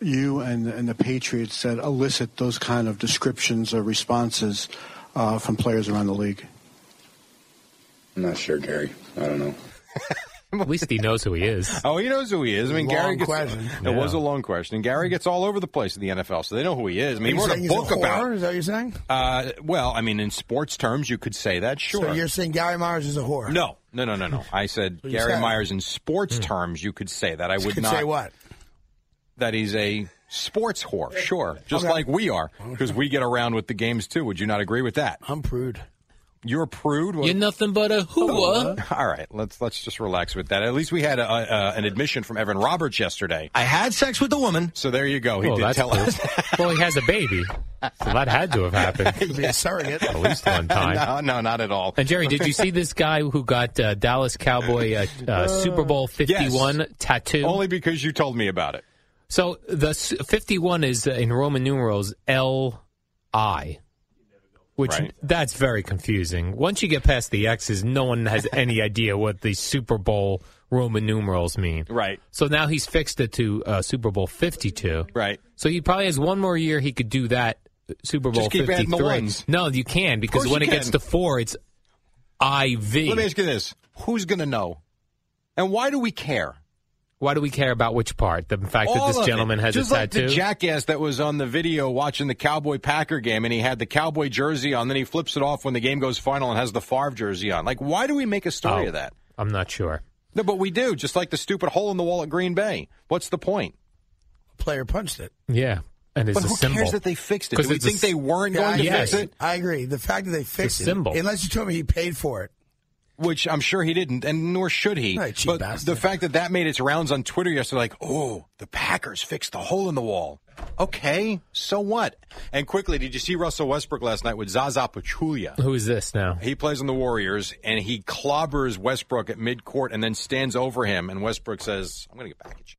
Speaker 8: you and, and the Patriots that elicit those kind of descriptions or responses uh, from players around the league?
Speaker 9: I'm not sure, Gary. I don't know.
Speaker 4: At least he knows who he is.
Speaker 3: Oh, he knows who he is. I mean,
Speaker 10: Long
Speaker 3: Gary gets.
Speaker 10: question.
Speaker 3: It was a long question. And Gary gets all over the place in the NFL, so they know who he is. I mean, he
Speaker 10: You're
Speaker 3: wrote
Speaker 10: saying
Speaker 3: a
Speaker 10: he's a
Speaker 3: book
Speaker 10: whore?
Speaker 3: about.
Speaker 10: Is that what you're saying?
Speaker 3: Uh, well, I mean, in sports terms, you could say that. Sure.
Speaker 10: So you're saying Gary Myers is a whore?
Speaker 3: no, no, no, no, no. I said
Speaker 10: you
Speaker 3: Gary
Speaker 10: said.
Speaker 3: Myers in sports terms. You could say that. I
Speaker 10: You
Speaker 3: would
Speaker 10: could
Speaker 3: not
Speaker 10: say what?
Speaker 3: that he's a sports whore. Sure, just
Speaker 10: Okay.
Speaker 3: like we are, because we get around with the games too. Would you not agree with that?
Speaker 10: I'm prude.
Speaker 3: You're a prude. Well,
Speaker 4: You're nothing but a hooah.
Speaker 3: All right, let's let's just relax with that. At least we had a, a, an admission from Evan Roberts yesterday.
Speaker 5: I had sex with a woman.
Speaker 3: So there you go. He
Speaker 4: Well,
Speaker 3: did
Speaker 4: Oh, that's
Speaker 3: tell
Speaker 4: cool.
Speaker 3: us.
Speaker 4: well, he has a baby, so that had to have happened
Speaker 10: Could be a surrogate.
Speaker 4: at least one time.
Speaker 3: no, no, not at all.
Speaker 4: And Jerry, did you see this guy who got uh, Dallas Cowboy uh, uh, Super Bowl Fifty One tattoo?
Speaker 3: Only because you told me about it.
Speaker 4: so the s- Fifty One is uh, in Roman numerals L I, which
Speaker 3: Right.
Speaker 4: that's very confusing. Once you get past the X's, no one has any idea what the Super Bowl Roman numerals mean.
Speaker 3: Right,
Speaker 4: So now he's fixed it to uh, Super Bowl Fifty Two.
Speaker 3: right.
Speaker 4: So he probably has one more year he could do that uh, Super Bowl
Speaker 3: Just keep
Speaker 4: 53.
Speaker 3: adding the ones.
Speaker 4: No, you can because
Speaker 3: course
Speaker 4: when it
Speaker 3: you
Speaker 4: gets
Speaker 3: can.
Speaker 4: to 4 it's
Speaker 3: Let me ask
Speaker 4: IV.
Speaker 3: you this: Who's going to know? And why do we care?
Speaker 4: Why do we care about which part? The fact
Speaker 3: All
Speaker 4: that
Speaker 3: of
Speaker 4: this
Speaker 3: it.
Speaker 4: gentleman has
Speaker 3: Just
Speaker 4: a
Speaker 3: like
Speaker 4: tattoo.
Speaker 3: the jackass that was on the video watching the Cowboy Packer game, and he had the Cowboy jersey on. Then he flips it off when the game goes final and has the Favre jersey on. Like, why do we make a story
Speaker 4: Oh.
Speaker 3: of that?
Speaker 4: I'm not sure.
Speaker 3: No, but we do. Just like the stupid hole in the wall at Green Bay. What's the point?
Speaker 10: Player punched it.
Speaker 4: Yeah, and it's
Speaker 3: But
Speaker 4: a
Speaker 3: who
Speaker 4: symbol.
Speaker 3: cares that they fixed it?
Speaker 4: 'Cause
Speaker 3: Do we
Speaker 4: it's a
Speaker 3: think they
Speaker 4: s-
Speaker 3: weren't
Speaker 10: Yeah,
Speaker 3: going to
Speaker 10: I
Speaker 4: Yes.
Speaker 3: fix
Speaker 10: agree.
Speaker 3: it?
Speaker 10: I agree. The fact that they fixed it,
Speaker 4: symbol.
Speaker 10: unless you told me he paid for it.
Speaker 3: Which I'm sure he didn't, and nor should he.
Speaker 10: Right, cheap
Speaker 3: but
Speaker 10: bastard.
Speaker 3: the fact that that made its rounds on Twitter yesterday, like, oh, the Packers fixed the hole in the wall. Okay, so what? And quickly, did you see Russell Westbrook last night with Zaza Pachulia?
Speaker 4: Who is this now?
Speaker 3: He plays on the Warriors, and he clobbers Westbrook at midcourt and then stands over him, and Westbrook says, I'm going to get back at you.